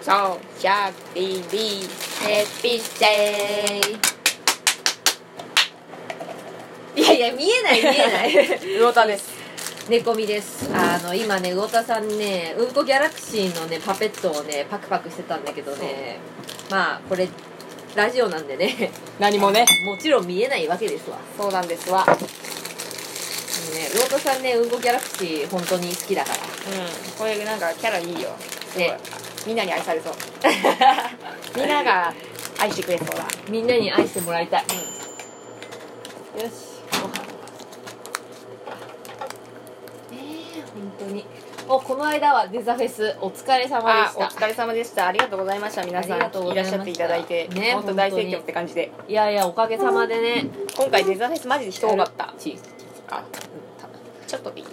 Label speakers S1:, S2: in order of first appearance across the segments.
S1: そうシャーピービーヘッピーセ
S2: いやいや見えない見えない
S1: 魚田です
S2: 猫みですあの今ね魚田さんねうんこギャラクシーのねパペットをねパクパクしてたんだけどねまあこれラジオなんでね
S1: 何もね
S2: もちろん見えないわけですわね
S1: そうなんですわ
S2: 魚田さんねうんこギャラクシー本当に好きだか
S1: うんこれなんかキャラいいよすごい
S2: ね
S1: みんなに愛さ れそう
S2: ら
S1: みんなが愛してくれそうだ
S2: みんなに愛してもらいたい
S1: うんよし
S2: ご飯ええ本当におこの間はデザフェスお疲れ様で
S1: あ
S2: し
S1: お
S2: た
S1: 疲れ様でしたありがとうございました皆さん
S2: ありがとうご
S1: い
S2: ざ
S1: ら
S2: い
S1: っ
S2: まし
S1: したゃっていただいて、
S2: ね
S1: 本当大盛
S2: 本当
S1: 況
S2: に
S1: って感じで
S2: いやいやおかげさまでね
S1: 今回デザフェスマジで人多かった
S2: ち
S1: あ
S2: た
S1: ちょっとでいい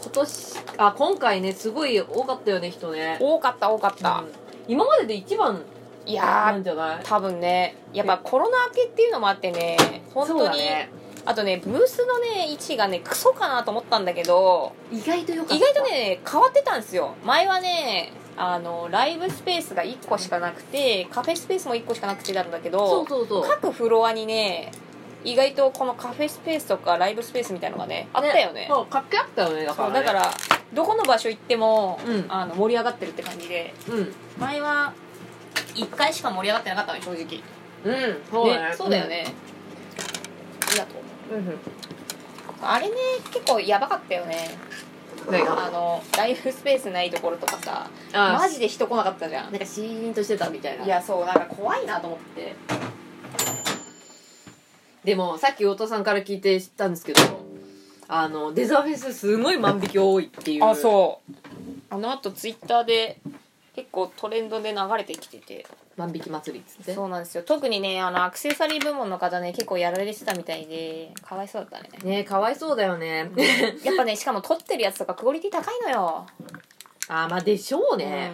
S2: 今年あ今回ねすごい多かったよね人ね
S1: 多かった多かった、
S2: うん今までで一番
S1: い
S2: な
S1: や
S2: んじゃない
S1: ー多分ねやっぱコロナ明けっていうのもあってね本
S2: そう
S1: 当
S2: だ
S1: に、
S2: ね
S1: あとねブースのね位置がねクソかなと思ったんだけど
S2: 意外とよかった
S1: 意外とね変わってたんですよ前はねあのライブスペースが1個しかなくてカフェスペースも1個しかなくてなんだけ
S2: そ
S1: ど
S2: うそうそう
S1: 各フロアにね意外とこのカフェスペースとかライブスペースみたいのがねあったよね
S2: そう活気あったよねだか
S1: そ
S2: ら
S1: う
S2: ね
S1: だからどこの場所行っても、
S2: うん
S1: あの盛り上がってるって感じで
S2: うん
S1: 前は1回しか盛り上がってなかったのよ正直
S2: うんそうだね
S1: そうだよね、ありがとう
S2: うんうん
S1: あれね結構やばかったよね
S2: 何が
S1: あのライフスペースないところとかさ
S2: あ
S1: マジで人来なかったじゃん
S2: なんかシーンとしてたみたいない
S1: やそうなんか怖いなと思って
S2: でもさっき太田さんから聞いて知ったんですけどあのデザフェスすごい万引き多いっていう
S1: そうあのあとツイッターで結構トレンドで流れてきてて
S2: 万引き祭りっつって
S1: そうなんですよ特にねあのアクセサリー部門の方ね結構やられてたみたいでかわいそうだったね
S2: ねかわいそうだよね
S1: やっぱねしかも撮ってるやつとかクオリティ高いのよ、
S2: あーまあでしょうね、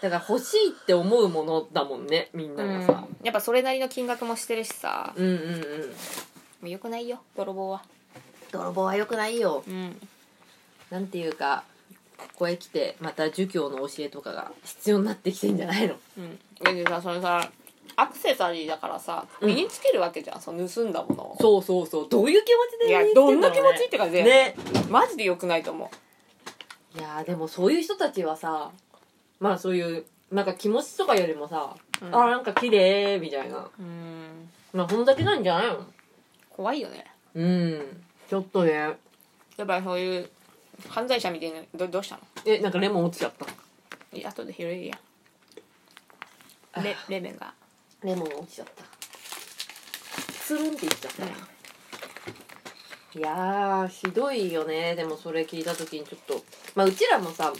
S2: だから欲しいって思うものだもんねみん
S1: う、
S2: なん
S1: うん
S2: がさ、
S1: やっぱそれなりの金額もしてるしさ
S2: うん、うんうんうん
S1: もうよくないよ泥棒は
S2: 泥棒はよくないよ
S1: うん
S2: なんていうかここへ来てまた儒教の教えとかが必要になってきてんじゃないの
S1: うんだけどさそれさアクセサリーだからさ
S2: うん
S1: 身につけるわけじゃん、その盗んだものを
S2: そうそうそうどういう気持ちで
S1: いや
S2: 生き
S1: ど
S2: て
S1: ん
S2: だ
S1: な気
S2: ろう
S1: 持ちって感じだ
S2: ね
S1: よ
S2: ね
S1: マジでよくないと思
S2: いやーでもそういう人たちはさまあそういうなんか気持ちとかよりもさ、
S1: うん
S2: あなんか綺麗みたいな
S1: ううん
S2: まあそんだけなんじゃないの
S1: 怖いよね
S2: うんちょっとね
S1: やっぱりそういう犯罪者みたいなどどうしたの
S2: えなんかレモン落ちちゃった
S1: いや後で拾えるやんレレベンが
S2: レモン落ちちゃったつるんっていっちゃったね、いやーひどいよねでもそれ聞いた時にちょっとまあうちらもさ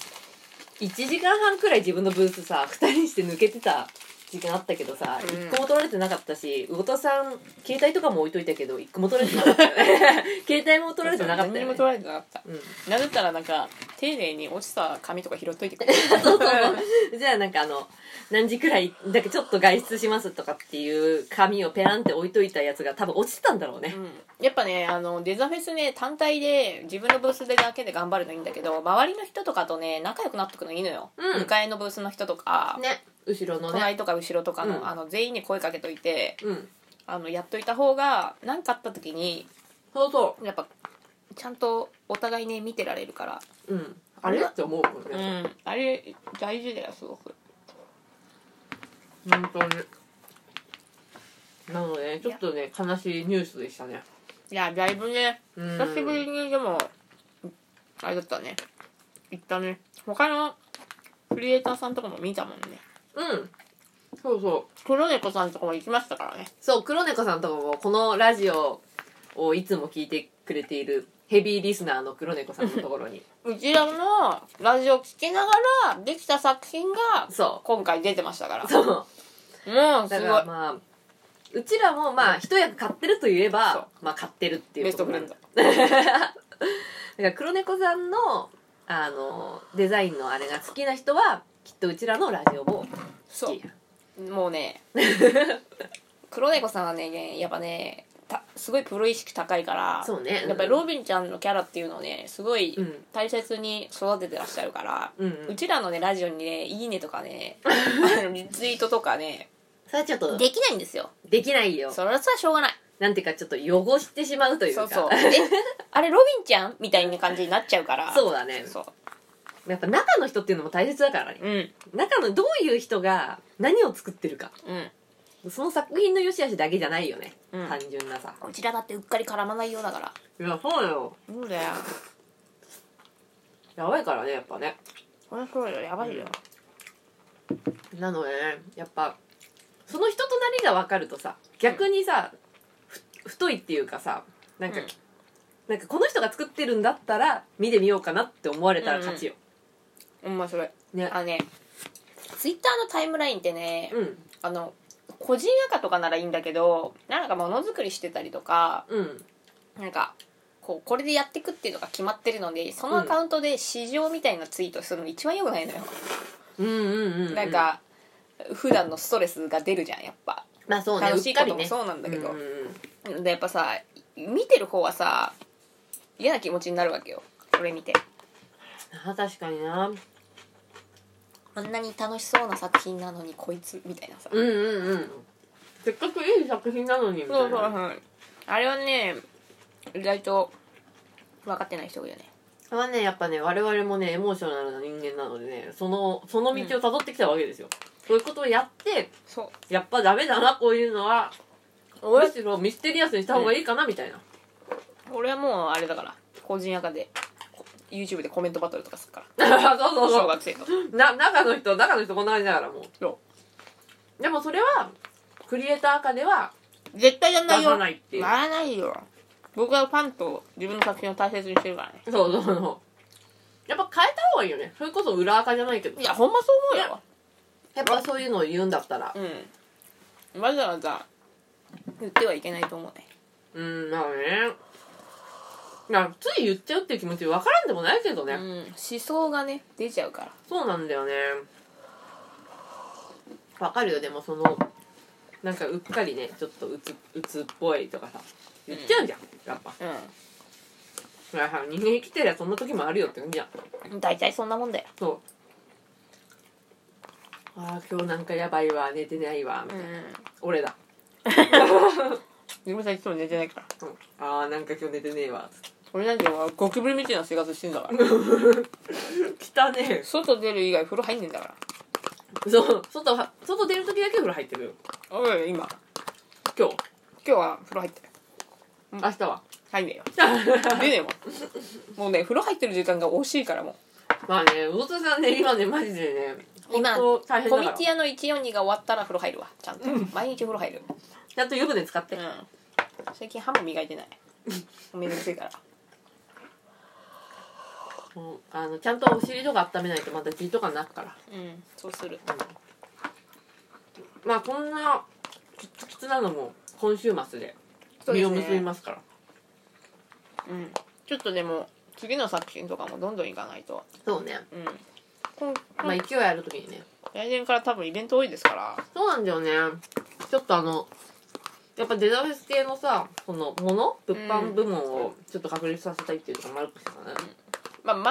S2: 1時間半くらい自分のブースさ2人して抜けてた時間あったけどさ、
S1: うん
S2: 1個も取られてなかったし魚田さん携帯とかも置いといたけど1個も取られてなか ったよね携帯も取られてなかった
S1: 何に
S2: よ
S1: も
S2: ね
S1: 取られてなかった
S2: うん、
S1: なんだったらなんか丁寧に落ちた紙とか拾っといてくれ
S2: そうそうそうじゃあなんかあの何時くらいだけちょっと外出しますとかっていう紙をペランって置いといたやつが多分落ちてたんだろうね、
S1: うん、やっぱねあのデザフェスね単体で自分のブースでだけで頑張るのいいんだけど周りの人とかとね仲良くなってくのいいのよ、
S2: うん
S1: 向かいのブースの人とか、
S2: ね後ろのね
S1: 隣とか後ろとかの,、
S2: うん
S1: あの全員に声かけといて
S2: うん
S1: あのやっといた方が何かあった時に
S2: そうそ
S1: やっぱちゃんとお互いね見てられるから、
S2: ううんあれって思うもん
S1: う
S2: ね、
S1: ん、あれ大事だよすごく
S2: 本当になのでちょっとね悲しいニュースでしたね
S1: いやだいぶね
S2: うん
S1: 久しぶりにでもあれだったね行ったね他のクリエイターさんとかも見たもんね
S2: うんそうそう
S1: 黒猫さんとかも行きましたからね
S2: そう黒猫さんとかもこのラジオをいつも聞いてくれているヘビーリスナーの黒猫さんのところ に
S1: うちらのラジオ聞きながらできた作品が
S2: そ
S1: 今回出てましたから
S2: うそう
S1: もうす
S2: だ
S1: ご
S2: か
S1: い、
S2: らまあうちらもまあ一役買ってると言え
S1: そ
S2: ば
S1: う、
S2: まあ買ってるっていう
S1: ベストフレ
S2: だ
S1: ン
S2: か
S1: ド
S2: ら黒猫さんのあのデザインのあれが好きな人はきっとうちらのラジオも好
S1: そ
S2: きや
S1: うもうね黒猫さんはねやっぱねたすごいプロ意識高いから
S2: そうね
S1: やっぱりロビンちゃんのキャラっていうのをねすごい
S2: うん
S1: 大切に育ててらっしゃるから、
S2: うん
S1: う
S2: うん
S1: ちらのねラジオにね「いいね」とか ねあのリツイートとかね
S2: それはちょっと
S1: できないんですよ
S2: できないよ
S1: それはしょうがない
S2: なんていうかちょっと汚してしまうという
S1: そう
S2: か
S1: そう えあれロビンちゃんみたいな感じになっちゃうから
S2: そうだね
S1: そう
S2: やっぱ中の人っていうのも大切だからね
S1: うん
S2: 中のどういう人が何を作ってるか
S1: うん
S2: その作品の良し悪しだけじゃないよね、
S1: うん
S2: 単純なさ
S1: うちらだってうっかり絡まないようだから
S2: いやそうよ
S1: そうだよ
S2: やばいからねやっぱね
S1: これそうよやばいよ
S2: なのでねやっぱその人となりが分かるとさ逆にさ、ふ太いっていうかさなんか、
S1: うん
S2: なんかこの人が作ってるんだったら見てみようかなって思われたら勝ちよ、
S1: うんまそれ
S2: ね
S1: あのねツイッターのタイムラインってね、
S2: うん
S1: あの個人赤とかならいいんだけどなんかものづくりしてたりとか
S2: うん
S1: なんかこうこれでやってくっていうのが決まってるのでそのアカウントで市場みたいなツイートするの一番よくないのよ、
S2: うんうんうんうん
S1: なんか普段のストレスが出るじゃんやっぱ
S2: まあそうね
S1: 楽しいことも
S2: うっか
S1: そうなんだ
S2: り
S1: け
S2: ね
S1: ど、
S2: うんうんうん
S1: でやっぱさ見てる方はさ嫌な気持ちになるわけよこれ見て
S2: あ確かにな
S1: あんなに楽しそうな作品なのにこいつみたいなさ、
S2: うんうんうんせっかくいい作品なのにみたいな
S1: そうそうそうあれはね意外と分かってない人多いよね
S2: それはねやっぱね我々もねエモーショナルな人間なのでねそのその道をたどってきたわけですよ、そういうことをやって
S1: そう
S2: やっぱダメだなこういうのはむしろミステリアスにした方がいいかなみたいな、
S1: 俺はもうあれだから個人赤でこ YouTube でコメントバトルとかするから
S2: そうそ
S1: 小
S2: うそ
S1: 学生の
S2: うな中の人中の人こんな感じだからもう
S1: そ
S2: でもそれはクリエイター化では
S1: 絶対やん
S2: 出
S1: ないよ
S2: さないっていう
S1: やらないよ僕はファンと自分の作品を大切にしてるからね
S2: そうそうそうやっぱ変えた方がいいよねそれこそ裏垢じゃないけど
S1: いやほんまそう思うよ
S2: やっぱそういうのを言うんだったら
S1: うんわざわざ言ってはいけないと思うね
S2: うんまあねだからつい言っちゃうっていう気持ち分からんでもないけどね、
S1: うん思想がね出ちゃうから
S2: そうなんだよねわかるよでもそのなんかうっかりねちょっとうつうつっぽいとかさ言っちゃうじゃん、やっぱ
S1: う
S2: いやさ人間生きてりゃそんな時もあるよって感じじゃん
S1: ん大体そんなもんだよ
S2: そうああ今日なんかやばいわ寝てないわ、
S1: ん
S2: 俺だ、
S1: 自分さんいつも寝てないから
S2: うん、ああなんか今日寝てねえわ
S1: 俺なんてはゴキブリみたいな生活してんだから
S2: 汚ね
S1: 外出る以外風呂入んねんだか
S2: えそう外は外出る時だけ風呂入ってくる
S1: らおい今
S2: 今日
S1: 今日は風呂入ってる
S2: 明日は
S1: 入んねえよ出ねえも んもうね風呂入ってる時間が惜しいからも
S2: まあね魚田さんね今ねマジでね
S1: う今コ
S2: 本当大変だか
S1: ミ
S2: ら
S1: ティアの142が終わったら風呂入るわちゃんと、毎日風呂入る
S2: ちゃんと湯船使って、
S1: うん最近歯も磨いてないめんどくせえから
S2: うんあのちゃんとお尻とか温めないとまた血とかなくから、
S1: うんそうする
S2: まあこんなきつきつなのも今週末で実を結びますから
S1: うんちょっとでも次の作品とかもどんどんいかないと
S2: そうね
S1: うん今
S2: まあ勢いある時にね
S1: 来年から多分イベント多いですから
S2: そうなんだよねちょっとあのやっぱデザフェス系のさこのもの物販部門をちょっと確立させたいっていうところもあるかもしれないね
S1: まあ漫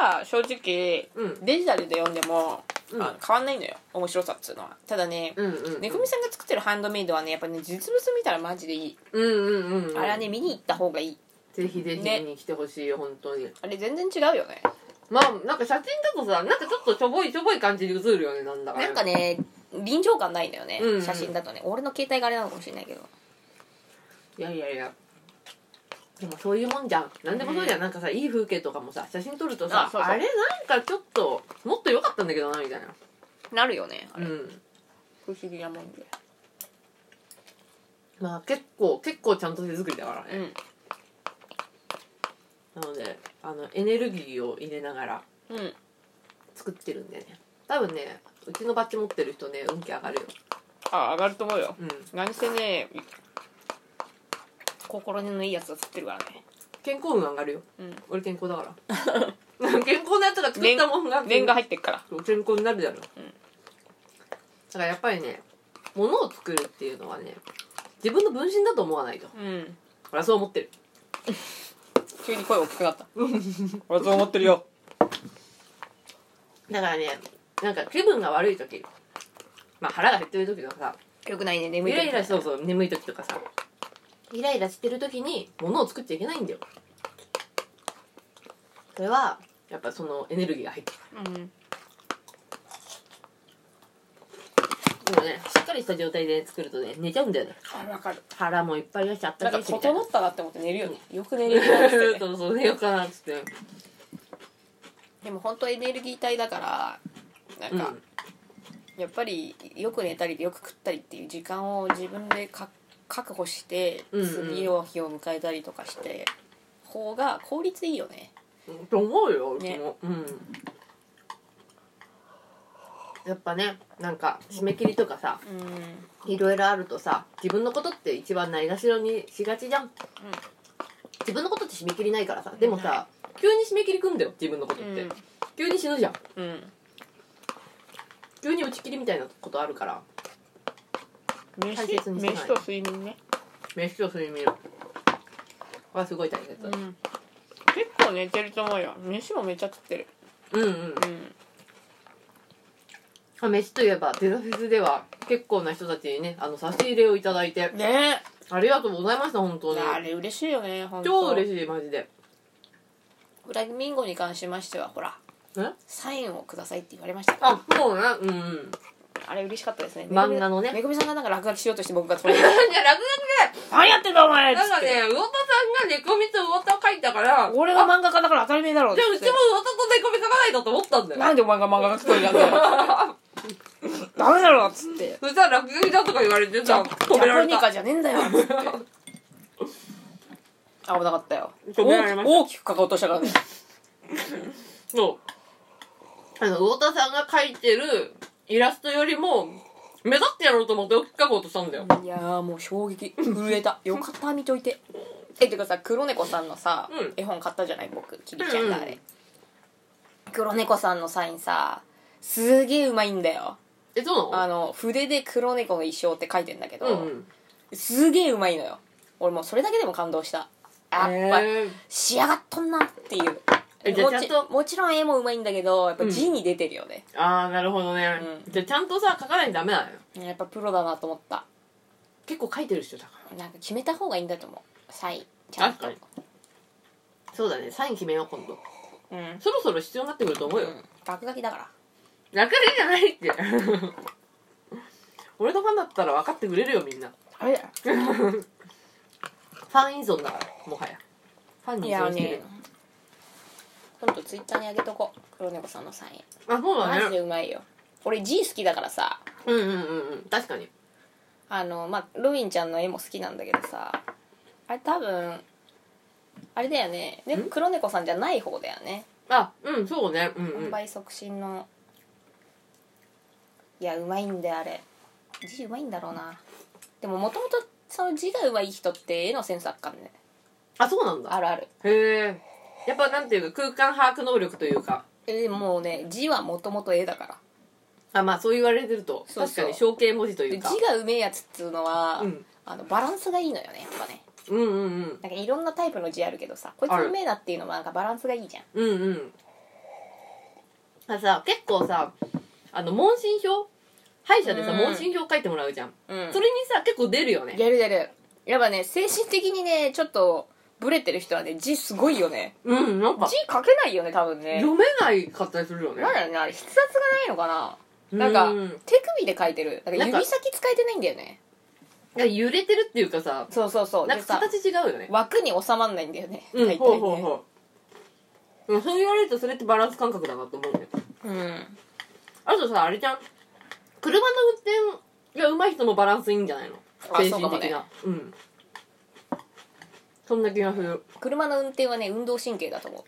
S1: 画は正直
S2: うん
S1: デジタルで読んでも、
S2: うん
S1: あ変わんないのよ面白さっつうのはただね、
S2: うんうん
S1: ねこみさんが作ってるハンドメイドはねやっぱね実物見たらマジでいい、
S2: うんうんうんうん
S1: あれはね見に行った方がいい
S2: ぜひぜひ
S1: ね
S2: 見に来てほしいよ本当に
S1: あれ全然違うよね
S2: まあなんか写真だとさなんかちょっとちょぼいちょぼい感じに映るよねなんだかね
S1: なんかね臨場感ないんだよね、
S2: うんうん
S1: 写真だとね俺の携帯があれなのかもしれないけど
S2: いやいやいやでもそういうもんじゃん何でもそうじゃん、なんかさいい風景とかもさ写真撮るとさあ
S1: あそうそう
S2: れなんかちょっともっと良かったんだけどなみたいな
S1: なるよねあ
S2: う
S1: れ、
S2: ん
S1: 不思議なもんで
S2: まあ結構結構ちゃんと手作りだから
S1: う
S2: ね、
S1: ん
S2: なのであのエネルギーを入れながら
S1: うん
S2: 作ってるんでね多分ねうちのバッジ持ってる人ね運気上がるよ
S1: あ上がると思うよ
S2: うん
S1: 何せね心のいいやつが作ってるからね
S2: 健康運上がるよ
S1: うん
S2: 俺健康だから 健康なやつが作ったもんが
S1: 念が入ってっから
S2: 健康になるだろう、
S1: ん
S2: だからやっぱりね物を作るっていうのはね自分の分身だと思わないと
S1: うん
S2: 俺はそう思ってる
S1: 急に声大きくなった俺はそう思ってるよ
S2: だからねなんか気分が悪い時まあ腹が減ってる時とかさ
S1: よくないね
S2: イ
S1: 眠い
S2: ライラそうそう眠い時とかさイライラしてる時に物を作っちゃいけないんだよそれはやっぱそのエネルギーが入って
S1: うん
S2: るでもねしっかりした状態で作るとね寝ちゃうんだよね
S1: あ分かる
S2: 腹もいっぱい出しちゃっ
S1: な
S2: た
S1: ん
S2: け
S1: か
S2: いしみたい
S1: 整
S2: な
S1: ったなって思って寝るよねよく寝れるなって
S2: そうそう寝ようかなっつって
S1: でも本当エネルギー体だからなんか、やっぱりよく寝たりよく食ったりっていう時間を自分でか確保して
S2: うんうん
S1: 次の日を迎えたりとかして方が効率いいよね
S2: うんと思うようち
S1: ね
S2: も、うんやっぱねなんか締め切りとかさ
S1: うん
S2: いろいろあるとさ自分のことって一番ないがしろにしがちじゃん自分のことって締め切りないからさでもさ急に締め切りくんだよ自分のことって、急に死ぬじゃん
S1: うん、うん、
S2: 急に打ち切りみたいなことあるから大切にしない
S1: 睡眠ね、
S2: 飯と睡眠はすごい大切、
S1: ん、結構寝てると思うよ飯もめっちゃ食ってる
S2: うん、うん
S1: うん
S2: あ飯といえばデラフェスでは結構な人たちにねあの差し入れをいただいて
S1: ね
S2: ありがとうございました本当に
S1: あれ嬉しいよね本
S2: 超
S1: 当
S2: 嬉
S1: しい
S2: しいマジで
S1: フラミンゴに関しましてはほら
S2: え
S1: サインをくださいって言われましたから
S2: あそうねうんうん
S1: あれ嬉しかったですね
S2: 漫画のね
S1: めぐみさんがなんか落書きしようとして僕が取り
S2: いや落書きで
S1: 何やってんだお前っつ
S2: なん
S1: っ
S2: か
S1: て、
S2: ね魚田さんが猫蜜魚田書いたからじゃあう
S1: 俺が漫画家だから当たり前だろっ
S2: ち
S1: つ
S2: も
S1: っ
S2: 魚
S1: て
S2: 田と猫蜜書かないとと思ったんだよ
S1: なんでお前が漫画描くとりなんだよダメだろっつって
S2: そしたら落書きだとか言われて
S1: ジャ
S2: さ
S1: ジ
S2: 止め
S1: ャ
S2: ら
S1: ポ
S2: れ
S1: ニ
S2: た
S1: カじゃねえんだよっ つって危なかったよ
S2: 止められ
S1: 大
S2: ま
S1: き
S2: した
S1: 大きく書こうとしたからね
S2: そうあの魚田さんが書いてるイラストよりも目立ってやろうと思って大きく書こうとしたんだよ
S1: いやーもう衝撃震えたよかった見といてえてかさ黒猫さんのさ、
S2: うん
S1: 絵本買ったじゃない僕キリちゃんがあれ、
S2: うんう
S1: 黒猫さんのサインさすげえうまいんだよ
S2: えそうな
S1: あ
S2: の
S1: の筆で黒猫の衣装って書いてんだけど、
S2: うんうん
S1: すげえうまいのよ俺もうそれだけでも感動したやっぱ、
S2: えー
S1: 仕上がっとんなっていう
S2: えじゃあ
S1: もち
S2: ちゃんと
S1: もちろん絵もうまいんだけどやっぱ
S2: うん
S1: 字に出てるよね、
S2: ああなるほどね、
S1: う
S2: じゃあちゃんとさ書かないとダメなのよ
S1: やっぱプロだなと思った
S2: 結構書いてる人だか
S1: なんか決めた方がいいんだと思うサインちゃんと
S2: 確からそうだねサイン決めよう今度
S1: うん
S2: そろそろ必要になってくると思うよ、
S1: 落書きだから
S2: 楽でじゃないって 俺のファンだったら分かってくれるよみんな
S1: あれ
S2: ファン依存だからもはやファン
S1: い
S2: に依
S1: や
S2: 存してる
S1: ね今度ツイッターにあげとこ黒猫さんのサイン
S2: あそう
S1: マ
S2: だ
S1: ジで
S2: ね
S1: うまいよ俺字好きだからさ
S2: うんうんうんうん確かに
S1: あのまあロビンちゃんの絵も好きなんだけどさあれ多分あれだよねね
S2: ん
S1: 黒猫さんじゃない方だよね
S2: あうんそうねうんう
S1: 販
S2: ん
S1: 売促進のいやうまいんだよあれ字うまいんだろうなでももともとその字がうまい人って絵のセンスあっかんね
S2: あそうなんだ
S1: あるある
S2: へえやっぱなんていうか空間把握能力というか
S1: えもうね字はもともと絵だから
S2: あまあそう言われてると
S1: そうそう
S2: 確かに象形文字とい
S1: で
S2: う
S1: 字
S2: か
S1: がうめえやつっつうのは、
S2: うん
S1: あのバランスがいいのよねやっぱね
S2: うんうんうん
S1: なんかいろんなタイプの字あるけどさこいつ
S2: ある
S1: うめえなっていうのはなんかバランスがいいじゃん
S2: うんうんあさ結構さあの問診票歯医者でさ、
S1: うん
S2: 問診票書いてもらうじゃん、
S1: うん
S2: それにさ結構出るよね
S1: 出る出るやっぱね精神的にねちょっとブレてる人はね字すごいよね
S2: うんなんか
S1: 字書けないよね多分ね
S2: 読めないかったりするよね
S1: なんだろうねあれ筆圧がないのかななんか
S2: うん
S1: 手首で書いてるなんか
S2: なんか
S1: 指先使えてないんだよね
S2: なんか揺れてるっていうかさ
S1: そうそうそう
S2: なん
S1: で
S2: か
S1: さ
S2: 形違うよね
S1: 枠に収まんないんだよね
S2: うん
S1: 大
S2: ほう
S1: 体
S2: ほう
S1: ね
S2: ほううんそう言われるとそれってバランス感覚だなと思うね
S1: うん
S2: あとさあれじゃん車の運転が上手い人もバランスいいんじゃないの
S1: あ
S2: 精
S1: そうかも
S2: 神
S1: ね
S2: 的なうんそんな気がする
S1: 車の運転はね運動神経だと思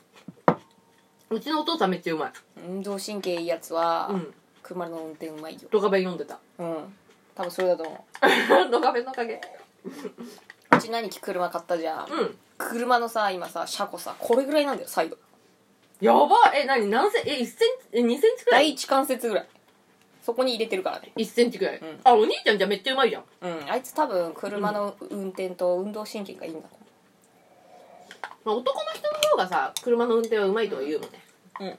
S1: う
S2: うちのお父さんめっちゃうまい
S1: 運動神経いいやつは、
S2: うん
S1: 車の運転うまいよ
S2: ドカベン読んでた
S1: うん多分それだと思
S2: ドカベンの影
S1: ううち何機車買ったじゃん、
S2: うん
S1: 車のさ今さ車庫さこれぐらいなんだよサイド
S2: やばいえ何何センえ1センチえ2センチくら
S1: 第
S2: い
S1: 一関節ぐらいそこに入れてるからね
S2: 1センチぐらい、
S1: うん
S2: あお兄ちゃんじゃめっちゃうまいじゃん
S1: うんあいつ多分車の運転と運動神経がいいんだ
S2: まあ、男の人の方がさ車の運転はうまいとは言うもんね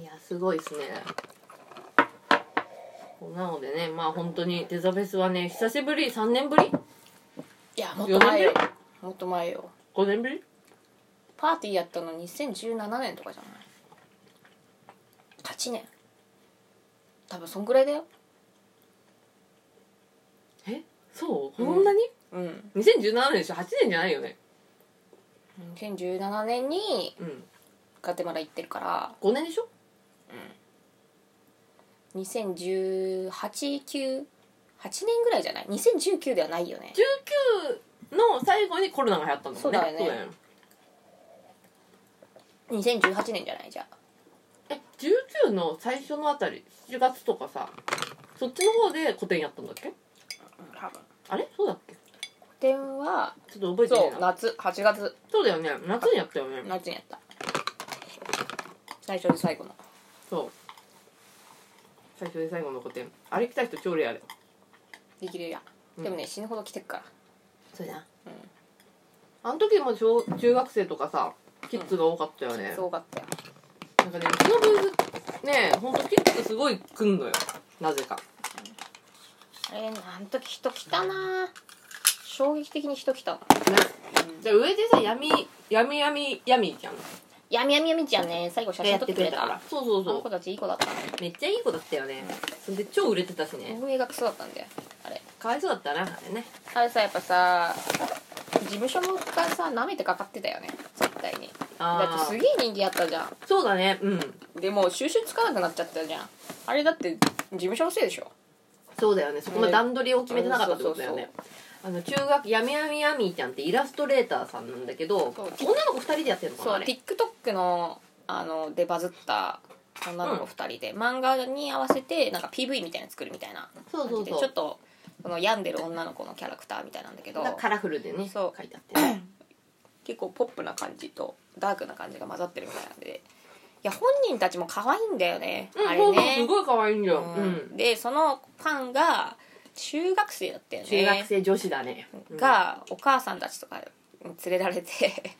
S2: いやすごいですねなのでねまあ本当にデザフェスはね久しぶり3年ぶり
S1: いやもっと前
S2: 四年
S1: よ
S2: ぶ
S1: もっと前よ
S2: 5年ぶり
S1: パーティーやったの2017年とかじゃない8年多分そんぐらいだよ
S2: えそう、
S1: うん
S2: そんなに
S1: うん
S2: 2017年でしょ8年じゃないよね
S1: 2017年に
S2: うん
S1: ガテマラ行ってるから
S2: 5年でしょ
S1: 20188年ぐらいじゃない2019ではないよね
S2: 19の最後にコロナが流行ったんだもんね
S1: そうだよね
S2: よね
S1: 2018年じゃないじゃあ
S2: え19の最初のあたり7月とかさそっちの方で個展やったんだっけ
S1: 多分
S2: あれそうだっけ
S1: 個展は
S2: ちょっと覚えてな
S1: そ
S2: いうな
S1: 夏8月
S2: そうだよね夏にやったよね
S1: 夏にやった最初で最後の
S2: そう最初で最後の個展あれ来た人超レアで
S1: できるや
S2: うん
S1: でもね、死ぬほど来てっから
S2: そうだ
S1: うん
S2: あの時も小中学生とかさキッズが多かったよね、
S1: すごかったよ
S2: なんかねうちのブースねほんとキッズすごい来んのよなぜか
S1: あれあの時人来たな衝撃的に人来たな
S2: ねじゃあ上でさ闇闇闇闇じゃん
S1: やみやみやみちゃんね最後写真撮ってくれたあ
S2: そうそう
S1: の
S2: そ
S1: 子たちいい子だったね
S2: うめっちゃいい子だったよねそれで超売れてたしね
S1: 運営がクソだったんだよあれ
S2: かわいそうだったなあれね
S1: あれさやっぱさ事務所もがさ舐めてかかってたよね絶対にだって
S2: あ
S1: す
S2: あ
S1: げえ人気あったじゃ
S2: そうだねうん
S1: んでもう収集つかなくなっちゃったじゃんあれだって事務所のせいでしょ
S2: そうだよねそこも段取りを決めてなかったってことだよねあの中学やみやみやみーちゃんってイラストレーターさんなんだけど
S1: そ
S2: 女
S1: う
S2: の子2人でやってるのかな
S1: そう
S2: あれ
S1: TikTok のあのでバズった女の子2人で、漫画に合わせてなんか PV みたいなの作るみたいな
S2: そうそうそう
S1: 感じでちょっとその病んでる女の子のキャラクターみたいなんだけど
S2: なんかカラフルでね
S1: そう
S2: 書いてあってね
S1: 結構ポップな感じとダークな感じが混ざってるみたいなんでいや本人たちも可愛いんだよね、あれ
S2: そうそう
S1: ね
S2: すごい可愛いんだよ、
S1: う
S2: うんん
S1: でそのファンが中学生だったよね
S2: 中学生女子だね、
S1: がお母さんたちとかに連れられて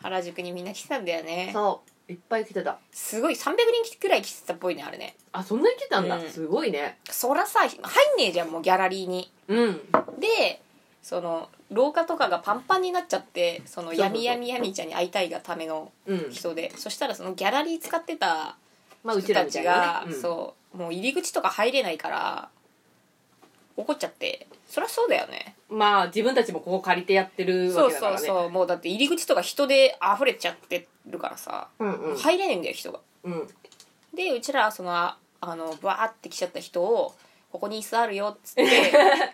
S1: 原宿にみんな来てたんだよ
S2: うん
S1: ね
S2: そういっぱい来てた
S1: すごい300人くらい来てたっぽいねあれね
S2: あそんなに来てたんだ、
S1: うん
S2: すごいね
S1: そらさ入んねえじゃんもうギャラリーに
S2: うん
S1: でその廊下とかがパンパンになっちゃってその
S2: そうそうそう
S1: 闇闇闇ちゃんに会いたいがための
S2: うん
S1: 人でそしたらそのギャラリー使ってた
S2: まあう
S1: 人
S2: ちら
S1: た
S2: みた
S1: ち
S2: いな
S1: が、
S2: ね、うん
S1: そうもう入り口とか入れないから怒っちゃってそりゃそうだよね
S2: まあ自分たちもここ借りてやってる
S1: そ
S2: わ
S1: う
S2: けだか
S1: そ
S2: ら
S1: う
S2: ね
S1: そうもうだって入り口とか人で溢れちゃってるからさ、
S2: うんうん
S1: 入れないんだよ人が
S2: うん
S1: でうちらはそのああのバーって来ちゃった人をここに椅子あるよっつって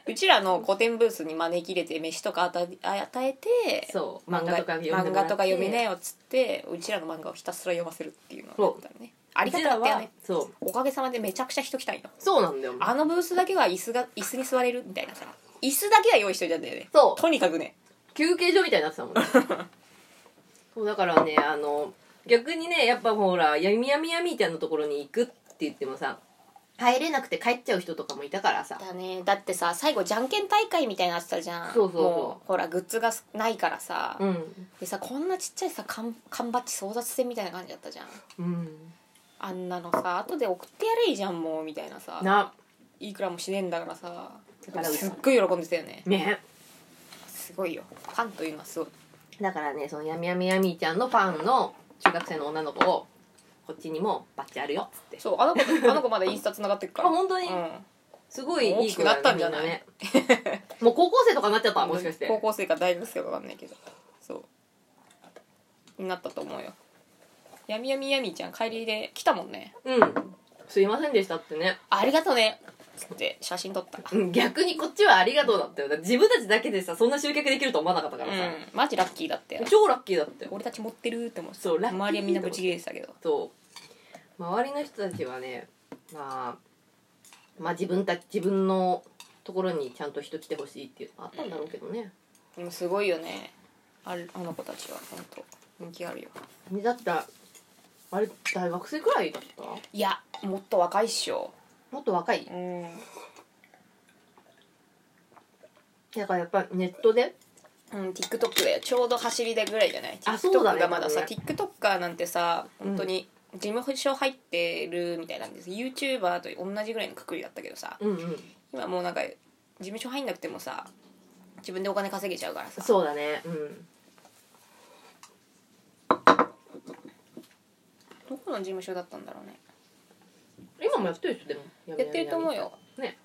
S1: うちらの古典ブースに招き入れて飯とか与え与えて
S2: そう漫画とか読んでもらって
S1: 漫画とか読みなよっつってうちらの漫画をひたすら読ませるっていうのをやったのねありがたかったよね
S2: うちらはそう
S1: おかげさまでめちゃくちゃ人来たんよ
S2: そうなんだよ
S1: あのブースだけは椅子が椅子に座れるみたいなさ椅子だけは用意しといたんだよね
S2: そう
S1: とにかくね
S2: 休憩所みたいになってたもんね そうだからねあの逆にねやっぱほらやみやみやみみたいなところに行くって言ってもさ入れなくて帰っちゃう人とかもいたからさ
S1: だねだってさ最後じゃんけん大会みたいになってたじゃん
S2: そうそうそう
S1: もほらグッズがないからさ、
S2: うん
S1: でさこんなちっちゃいさ缶缶バッジ争奪戦みたいな感じだったじゃん
S2: うん
S1: あんなのさ後で送ってやれいいじゃんもうみたいなさ
S2: ない
S1: くらもしねえんだからさ
S2: だからうち
S1: すっごい喜んでたよね
S2: ね
S1: すごいよファンというのはすごい
S2: だからねそのやみやみやみちゃんのファンの中学生の女の子をこっちにもバッチあるよっつって
S1: そうあの子あの子まだインスタつながってるから
S2: あ本当に
S1: う
S2: すごいいい子
S1: 大きくなったんじゃない
S2: みなね もう高校生とかなっちゃった
S1: ん
S2: もしかして
S1: 高校生か大学生か分かんないけどそうになったと思うよやみやみやみちゃん帰りで来たもんね
S2: うんすいませんでしたってね
S1: ありがとうねつって写真撮った
S2: うん逆にこっちはありがとうだったよね自分たちだけでさそんな集客できると思わなかったか
S1: う
S2: らさ、
S1: んマジラッキーだったよ
S2: 超ラッキーだったよ
S1: 俺たち持ってるって思って
S2: そうラッキー
S1: 周りはみんなブチ切れてたけど
S2: そう周りの人たちはねまあまあ自分たち自分のところにちゃんと人来てほしいっていうのがあったんだろうけどね、
S1: でもすごいよねあるあの子たちは本当人気あるよ
S2: だったあれ大学生くらいだった
S1: いやもっと若いっしょ
S2: もっと若い
S1: うんうん
S2: だからやっぱりネットで
S1: TikTok だよちょうど走りでぐらいじゃない
S2: あそうだ
S1: TikTok
S2: ね
S1: がまださ、
S2: 多
S1: TikToker なんてさ
S2: うん
S1: 本当に事務所入ってるみたいなんです YouTuber と同じぐらいのくくりだったけどさ
S2: うんうん
S1: 今もうなんか事務所入んなくてもさ自分でお金稼げちゃうからさ
S2: そうだねうん
S1: どこの事務所だったんだろうね
S2: 今もやってるでしょでも
S1: やってると思う
S2: よ
S1: よ
S2: ね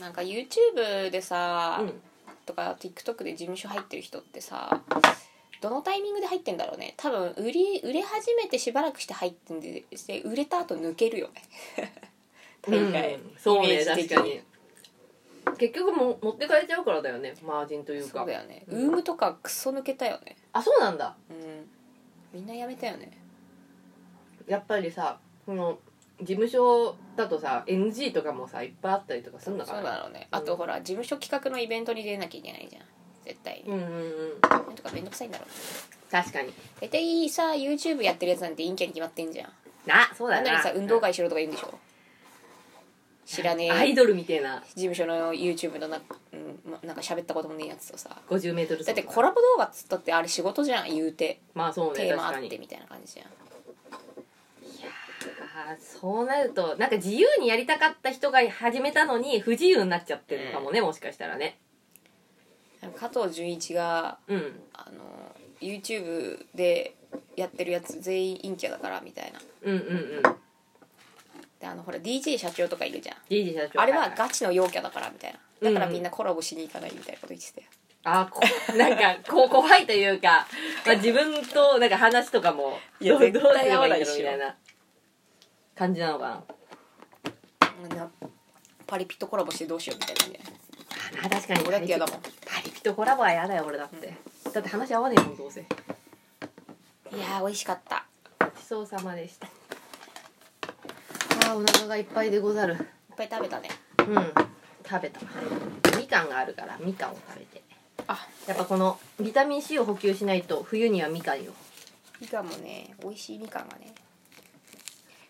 S1: なんか YouTube でさ、
S2: うん
S1: とか TikTok で事務所入ってる人ってさどのタイミングで入ってんだろうね多分売り売れ始めてしばらくして入ってんでして売れた後抜けるよね 大概、
S2: うんそうね
S1: イメージ
S2: 確
S1: 的
S2: かに結局も持ってかれちゃうからだよねマージンという
S1: そ
S2: か
S1: うだよね、
S2: うん
S1: ウームとかクソ抜けたよね
S2: あそうなんだ
S1: うんみんなやめたよね
S2: やっぱりさこの事務所だとさ NG とかもさいっぱいあったりとかす
S1: そ
S2: るん
S1: う
S2: だか
S1: だ
S2: ら
S1: ろうねあとほら事務所企画のイベントに出なきゃいけないじゃん絶対
S2: う
S1: に、
S2: んうんうん
S1: なんとかめんどくさいんだろう
S2: 確かに
S1: 大体さ YouTube やってるやつなんて陰キャに決まってんじゃん
S2: なそうだ
S1: なん
S2: な
S1: ならさ運動会しろとか言うんでしょ知らね
S2: ア
S1: え
S2: イドルみたいな
S1: 事務所の YouTube のな,、うん、まなんか喋ったこともねえやつとさ
S2: 50m 走
S1: だってコラボ動画っつったってあれ仕事じゃん言うて
S2: まあそうね
S1: テーマ
S2: 確
S1: あ
S2: か
S1: っ
S2: に
S1: てみたいな感じじゃん
S2: あーそうなるとなんか自由にやりたかった人が始めたのに不自由になっちゃってるのかもね、もしかしたらね
S1: なんか加藤純一が
S2: うん
S1: あの YouTube でやってるやつ全員陰キャだからみたいな
S2: うんうんうん
S1: であのほら DJ 社長とかいるじゃん
S2: ジジ社長
S1: あれは
S2: が
S1: ガチの陽キャだからみたいなだからみんなコラボしに行かないみたいなこと言ってたよ、
S2: あーこ なんかこう怖いというか、まあ、自分となんか話とかも
S1: いや
S2: どう
S1: 絶
S2: どう
S1: 対
S2: すればいいんだ
S1: 合わないで
S2: ろう
S1: し
S2: み
S1: ょ
S2: たいな感じなのかな
S1: なパリピとコラボしてどうしようみたいなんじゃない
S2: あー確かに
S1: 俺だって嫌だもん
S2: パリピとコラボは嫌だよ俺だって、だって話合わねえもんどうせ
S1: いやー美味しかった
S2: ごちそうさまでしたあーお腹がいっぱいでござる
S1: いっぱい食べたね
S2: うん食べたみかんがあるからみかんを食べて
S1: あ
S2: やっぱこのビタミン C を補給しないと冬にはみかんよ
S1: みかんもね美味しいみかんがね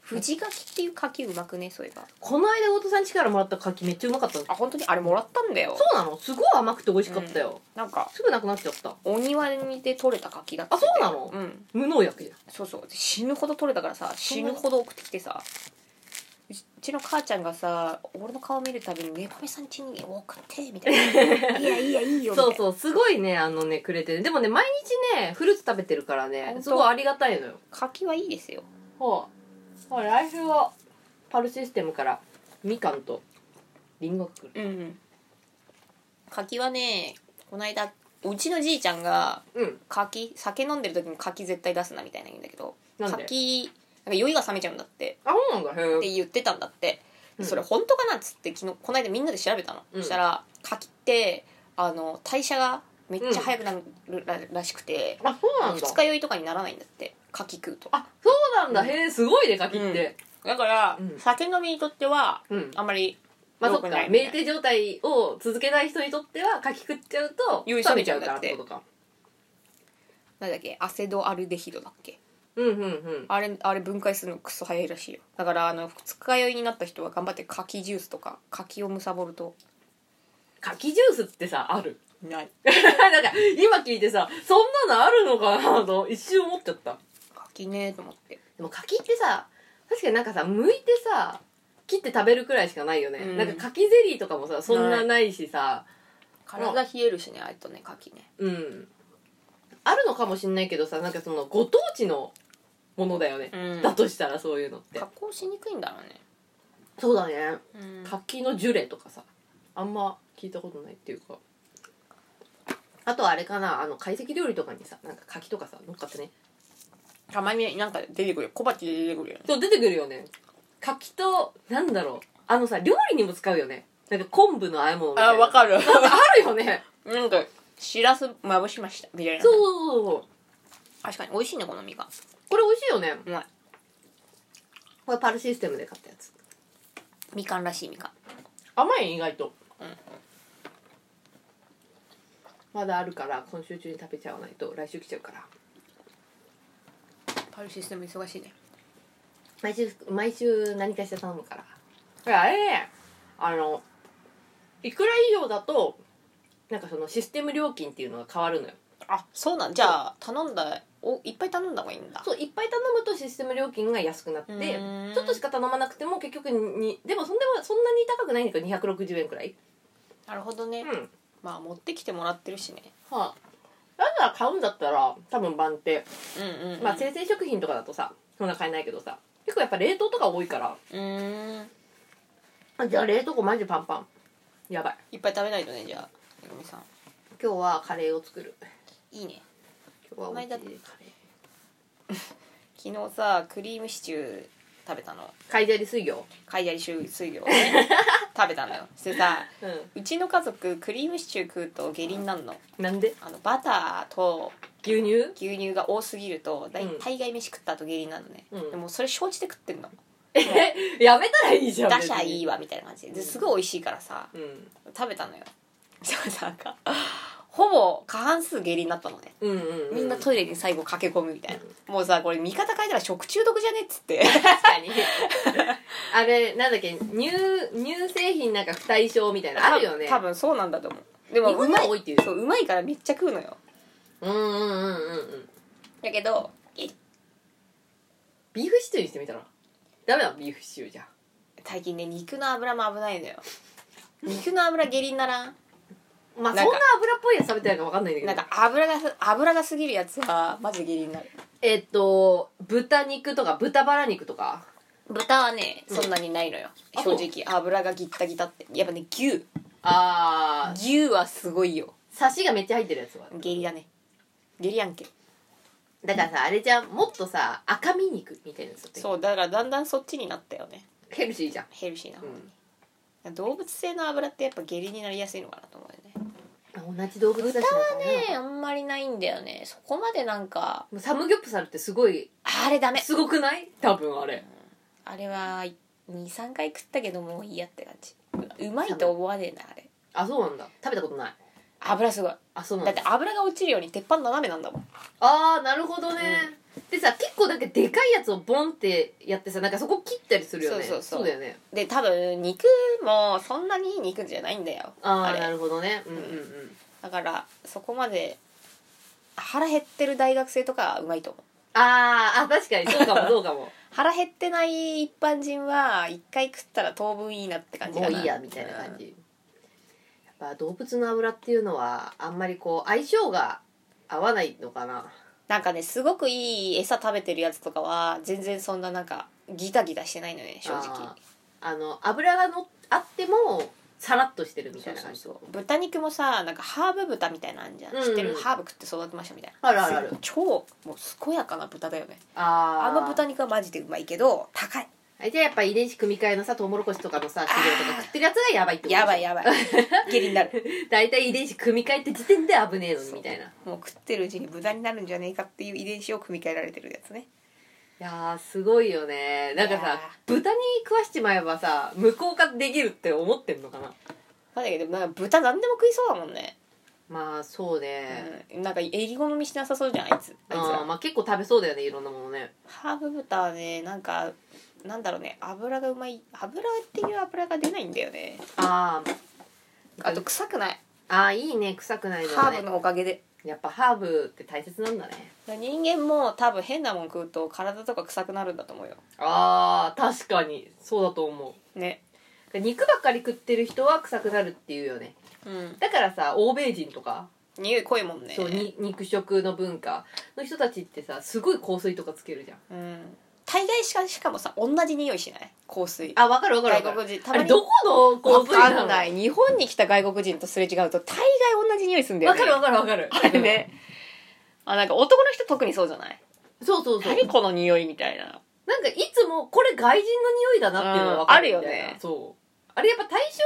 S1: 藤柿っていう柿うまくねそういえば
S2: この間後藤さん家からもらった柿めっちゃうまかったの
S1: あ本当にあれもらったんだよ
S2: そうなのすごい甘くて美味しかったよ、
S1: なんか
S2: すぐなくなっちゃった
S1: お庭で取れた柿だった
S2: あそうなの
S1: うん
S2: 無農薬じゃん
S1: そうそう死ぬほど取れたからさ死ぬほど送ってきてさうちうちの母ちゃんがさ俺の顔見るたびに「ねこめさん家に送って」みたい な「いやいやいいよ」みたい
S2: そ
S1: な
S2: うそうすごいねあのねくれてるでもね毎日ねフルーツ食べてるからね
S1: 本当
S2: すごいありがたいのよ
S1: 柿はいいですよ
S2: ほう来週はパルシステムからみかんとりんごくる
S1: うん柿はねこの間うちのじいちゃんが
S2: うん
S1: 柿酒飲んでる時に柿絶対出すなみたいな言うんだけど
S2: なんで
S1: 柿なんか酔いが冷めちゃうんだって
S2: あそうなんだへ
S1: って言ってたんだって、
S2: うん
S1: それ本当かなっつって昨日この間みんなで調べたの、
S2: うん
S1: そしたら柿ってあの代謝がめっちゃ早くなるら,、らしくて
S2: あそうなんだ
S1: 二日酔いとかにならないんだって柿食うと
S2: あそうなんだへえすごいね柿って
S1: だから、
S2: うん
S1: 酒飲みにとっては
S2: うん、
S1: あんまり
S2: まあそ
S1: 良
S2: っか
S1: くないみたい
S2: 酩酊状態を続けない人にとっては柿食っちゃうと
S1: 酔い冷めちゃうん
S2: から
S1: だ
S2: っ
S1: ってて
S2: ことか
S1: なんだっけアセドアルデヒドだっけ
S2: うんうんうん
S1: あれあれ分解するのクソ早いらしいよだからあの二日酔いになった人は頑張って柿ジュースとか柿を貪ると
S2: 柿ジュースってさある
S1: ない
S2: なんか今聞いてさそんなのあるのかなと一瞬思っちゃった
S1: 柿ねえと思って
S2: でも柿ってさ確かになんかさ剥いてさ切って食べるくらいしかないよね、
S1: うん
S2: なんか柿ゼリーとかもさそんなないしさ
S1: 体冷えるしねあれとね柿ね
S2: うんあるのかもしんないけどさなんかそのご当地のものだよね、
S1: うん
S2: だとしたらそういうのって
S1: 加工しにくいんだろうね
S2: そうだね
S1: うん
S2: 柿のジュレとかさあんま聞いたことないっていうかあとあれかなあの懐石料理とかにさなんか柿とかさ乗っかってね
S1: たまになんか出てくるよ小鉢で出てくるよね
S2: そう出てくるよね柿となんだろうあのさ料理にも使うよねなんか昆布の和え物みたいな
S1: かる
S2: なんかあるよね
S1: なんかしらすまぶしましたみたいな
S2: そうそうそうそう
S1: 確かに美味しいねこのみかん
S2: これ美味しいよね
S1: うまい
S2: これパルシステムで買ったやつ
S1: みかんらしいみかん
S2: 甘い意外と、
S1: うん
S2: まだあるから今週中に食べちゃわないと来週来ちゃうから
S1: パルシステム忙しいね
S2: 毎週毎週何かしら頼むからいやあれねあのいくら以上だとなんかそのシステム料金っていうのが変わるのよ
S1: あそうなんじゃあ頼んだおいっぱい頼んだ方がいいんだ
S2: そういっぱい頼むとシステム料金が安くなって
S1: うーん
S2: ちょっとしか頼まなくても結局にでもそんでもそんなに高くないんだけど260円くらい
S1: なるほどね、
S2: うん
S1: まあ持ってきてもらってるしね
S2: はああとは買うんだったら多分番手、
S1: うんうん、うん、
S2: まあ、生鮮食品とかだとさそんな買えないけどさ結構やっぱ冷凍とか多いから
S1: うーん
S2: あじゃあ冷凍庫マジパンパンやば
S1: い
S2: い
S1: っぱい食べないとねじゃあめぐみさん
S2: 今日はカレーを作る
S1: いいね
S2: 今日はお家でカレー
S1: 昨日さクリームシチュー食べたの
S2: 海砂利水魚
S1: 海砂利水魚を ね食べたのよそれさ
S2: う
S1: うちの家族クリームシチュー食うと下痢になるの
S2: んなんで
S1: あのバターと
S2: 牛乳
S1: 牛乳が多すぎると大
S2: うん
S1: 大概飯食った後下痢になるのね、
S2: うん
S1: でもそれ承知で食ってんの
S2: え やめたらいいじゃん
S1: 出しゃい
S2: い
S1: いわみたいな感じでですごい美味しいからさ
S2: うん
S1: 食べたのよそうなんかほぼ過半数下痢になったのね
S2: うんうんう
S1: みんなトイレに最後駆け込むみたいな、もうさこれ見方変えたら食中毒じゃねっつって
S2: 確かにあれなんだっけ乳乳製品なんか不対症みたい なのあるよね
S1: 多分そうなんだと思うでも
S2: 日
S1: う
S2: 本
S1: ま
S2: が
S1: い
S2: 多いっていう
S1: そううまいからめっちゃ食うのよ
S2: うんうんうんうんうん
S1: だけど
S2: ビーフシチューにしてみたらダメだビーフシチューじゃん
S1: 最近ね肉の油も危ない のよ肉の油下痢にならん
S2: まあ
S1: なんか
S2: そんな油っぽいやつ食べてないか分かんないんだけど
S1: なんか油がす油が過ぎるやつはマジで下痢になる
S2: えっと豚肉とか豚バラ肉とか
S1: 豚はねそんなにないのよ、
S2: うん
S1: 正直油がギッタギタってやっぱね牛
S2: ああ
S1: 牛はすごいよ
S2: サシがめっちゃ入ってるやつは
S1: 下痢だね下痢やんけ
S2: だからさあれじゃんもっとさ赤身肉みたいなやつだって
S1: そうだからだんだんそっちになったよね
S2: ヘルシーじゃん
S1: ヘルシーな方に、動物性の油ってやっぱ下痢になりやすいのかなと思うよね
S2: 同じ動物だし
S1: 豚
S2: な
S1: は
S2: んか
S1: ねあんまりないんだよねそこまでなんか
S2: もうサムギョプサルってすごい
S1: あれダメ
S2: すごくない多分あれ
S1: あれは23回食ったけどもういいやって感じうまいと思わねえなあれ
S2: あそうなんだ食べたことない
S1: 油すごい
S2: あそうなん
S1: だ
S2: だ
S1: って油が落ちるように鉄板斜めなんだもん
S2: ああなるほどね、でさ結構なんかでかいやつをボンってやってさなんかそこ切ったりするよね
S1: そうそうそう
S2: だよね
S1: で多分肉もそんなにいい肉じゃないんだよ
S2: あ
S1: あ
S2: あ
S1: れ
S2: なるほどねうんうんうん
S1: だからそこまで腹減ってる大学生とかはうまいと思う
S2: あーあ確かにそ うかもそうかも
S1: 腹減ってない一般人は一回食ったら当分いいなって感じ
S2: も
S1: か
S2: う
S1: ない
S2: いやみたいな感じ、やっぱ動物の油っていうのはあんまりこう相性が合わないのかな
S1: なんかねすごくいい餌食べてるやつとかは全然そんななんかギタギタしてないのね正直
S2: あーあの油がのあってもさらっとしてるみたいな感じ
S1: そうそうそう豚肉もさなんかハーブ豚みたいなのあんじゃん、
S2: うん
S1: 知ってるハーブ食って育てましたみたいな
S2: あるあるある
S1: 超もう健やかな豚だよね
S2: あ
S1: あ
S2: ー
S1: の豚肉はマジでうまいけど高い
S2: あじゃあやっぱ遺伝子組み換えのさトウモロコシとかのさ飼料とか食ってるやつがやばいってこと
S1: やばいやばい下痢になる
S2: 大体遺伝子組み換えって時点で危ねえのにみたいない
S1: もう食ってるうちに豚になるんじゃねえかっていう遺伝子を組み替えられてるやつね
S2: やーすごいよねなんか
S1: いや
S2: さ豚に食わしちまえばさ無効化できるって思ってんのかな
S1: まあだけどなんか豚何でも食いそうだもんね、
S2: まあそうね、
S1: うん、なんかえり好みしなさそうじゃんあいつあいつ
S2: あー
S1: ら
S2: まあ結構食べそうだよねいろんなものね
S1: ハーブ豚はねなんかなんだろうね油がうまい油っていう油が出ないんだよね
S2: あー
S1: あと臭くない
S2: あーいいね臭くないの
S1: ハ
S2: は
S1: ーブ
S2: ね
S1: のおかげで
S2: やっぱハーブって大切なんだね
S1: 人間も多分変なもん食うと体とか臭くなるんだと思うよ
S2: あー確かにそうだと思
S1: ね
S2: う肉ばっかり食ってる人は臭くなるっていうよね
S1: うん
S2: だからさ欧米人とか、
S1: 匂い濃いもんね
S2: そうに肉食の文化の人たちってさすごい香水とかつけるじゃん
S1: うん大概しかしかもさ同じ匂いしない香水
S2: あわかるわかるわ
S1: 外
S2: かる
S1: 国人た
S2: あ
S1: ま
S2: れ
S1: に
S2: どこの
S1: わ
S2: 香水なの
S1: かんない日本に来た外国人とすれ違うと大概同じ匂いするんだよ
S2: わ
S1: ね
S2: かるわかるわかる
S1: あれね、あなんか男の人特にそうじゃない
S2: うんそうそうそう
S1: 何この匂いみたいな
S2: なんかいつもこれ外人の匂いだなっていうのがわかる
S1: うん
S2: みたいな
S1: あるよね
S2: そうあれやっぱ体臭と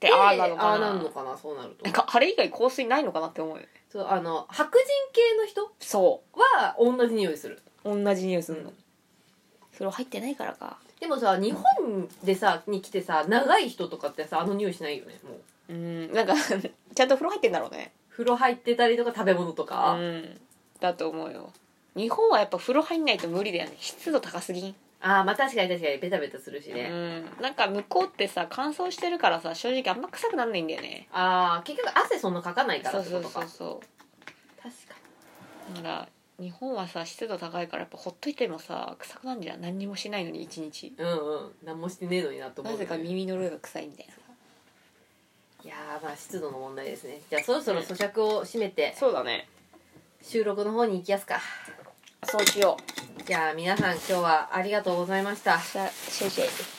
S1: で
S2: 混ざ
S1: あ
S2: っ
S1: あ
S2: て
S1: なのか
S2: あ
S1: な
S2: あなんのかなそうなると
S1: なんかあれ以外香水ないのかなって思うよね
S2: そうあの白人系の人
S1: そ
S2: は同じ匂いする
S1: う同じ匂いするの、それ入ってないからか
S2: でもさ日本でさに来てさ長い人とかってさあの匂いしないよねも
S1: う
S2: う
S1: んなんか ちゃんと風呂入ってんだろうね
S2: 風呂入ってたりとか食べ物とか、
S1: うんだと思うよ日本はやっぱ風呂入んないと無理だよね湿度高すぎん、
S2: ああまあ確かに確かにベタベタするしね、
S1: うんなんか向こうってさ乾燥してるからさ正直あんま臭くなんないんだよね
S2: ああ結局汗そんなかかないか
S1: そ
S2: ら
S1: う
S2: って
S1: そ
S2: こ
S1: う
S2: と
S1: そ
S2: か
S1: うそ
S2: 確か
S1: うだから日本はさ湿度高いからやっぱほっといてもさ臭くなんじゃん何にもしないのに一日
S2: にうんうん何もしてねえのになと思
S1: な
S2: うよ
S1: ぜ
S2: ね、
S1: か耳の上が臭いみたいない
S2: やーまあ湿度の問題ですねじゃあそろそろ咀嚼を締めて
S1: そうだね
S2: 収録の方に行きやすか
S1: そうしよう
S2: じゃあ皆さん今日はありがとうございました
S1: さあシェイシェイ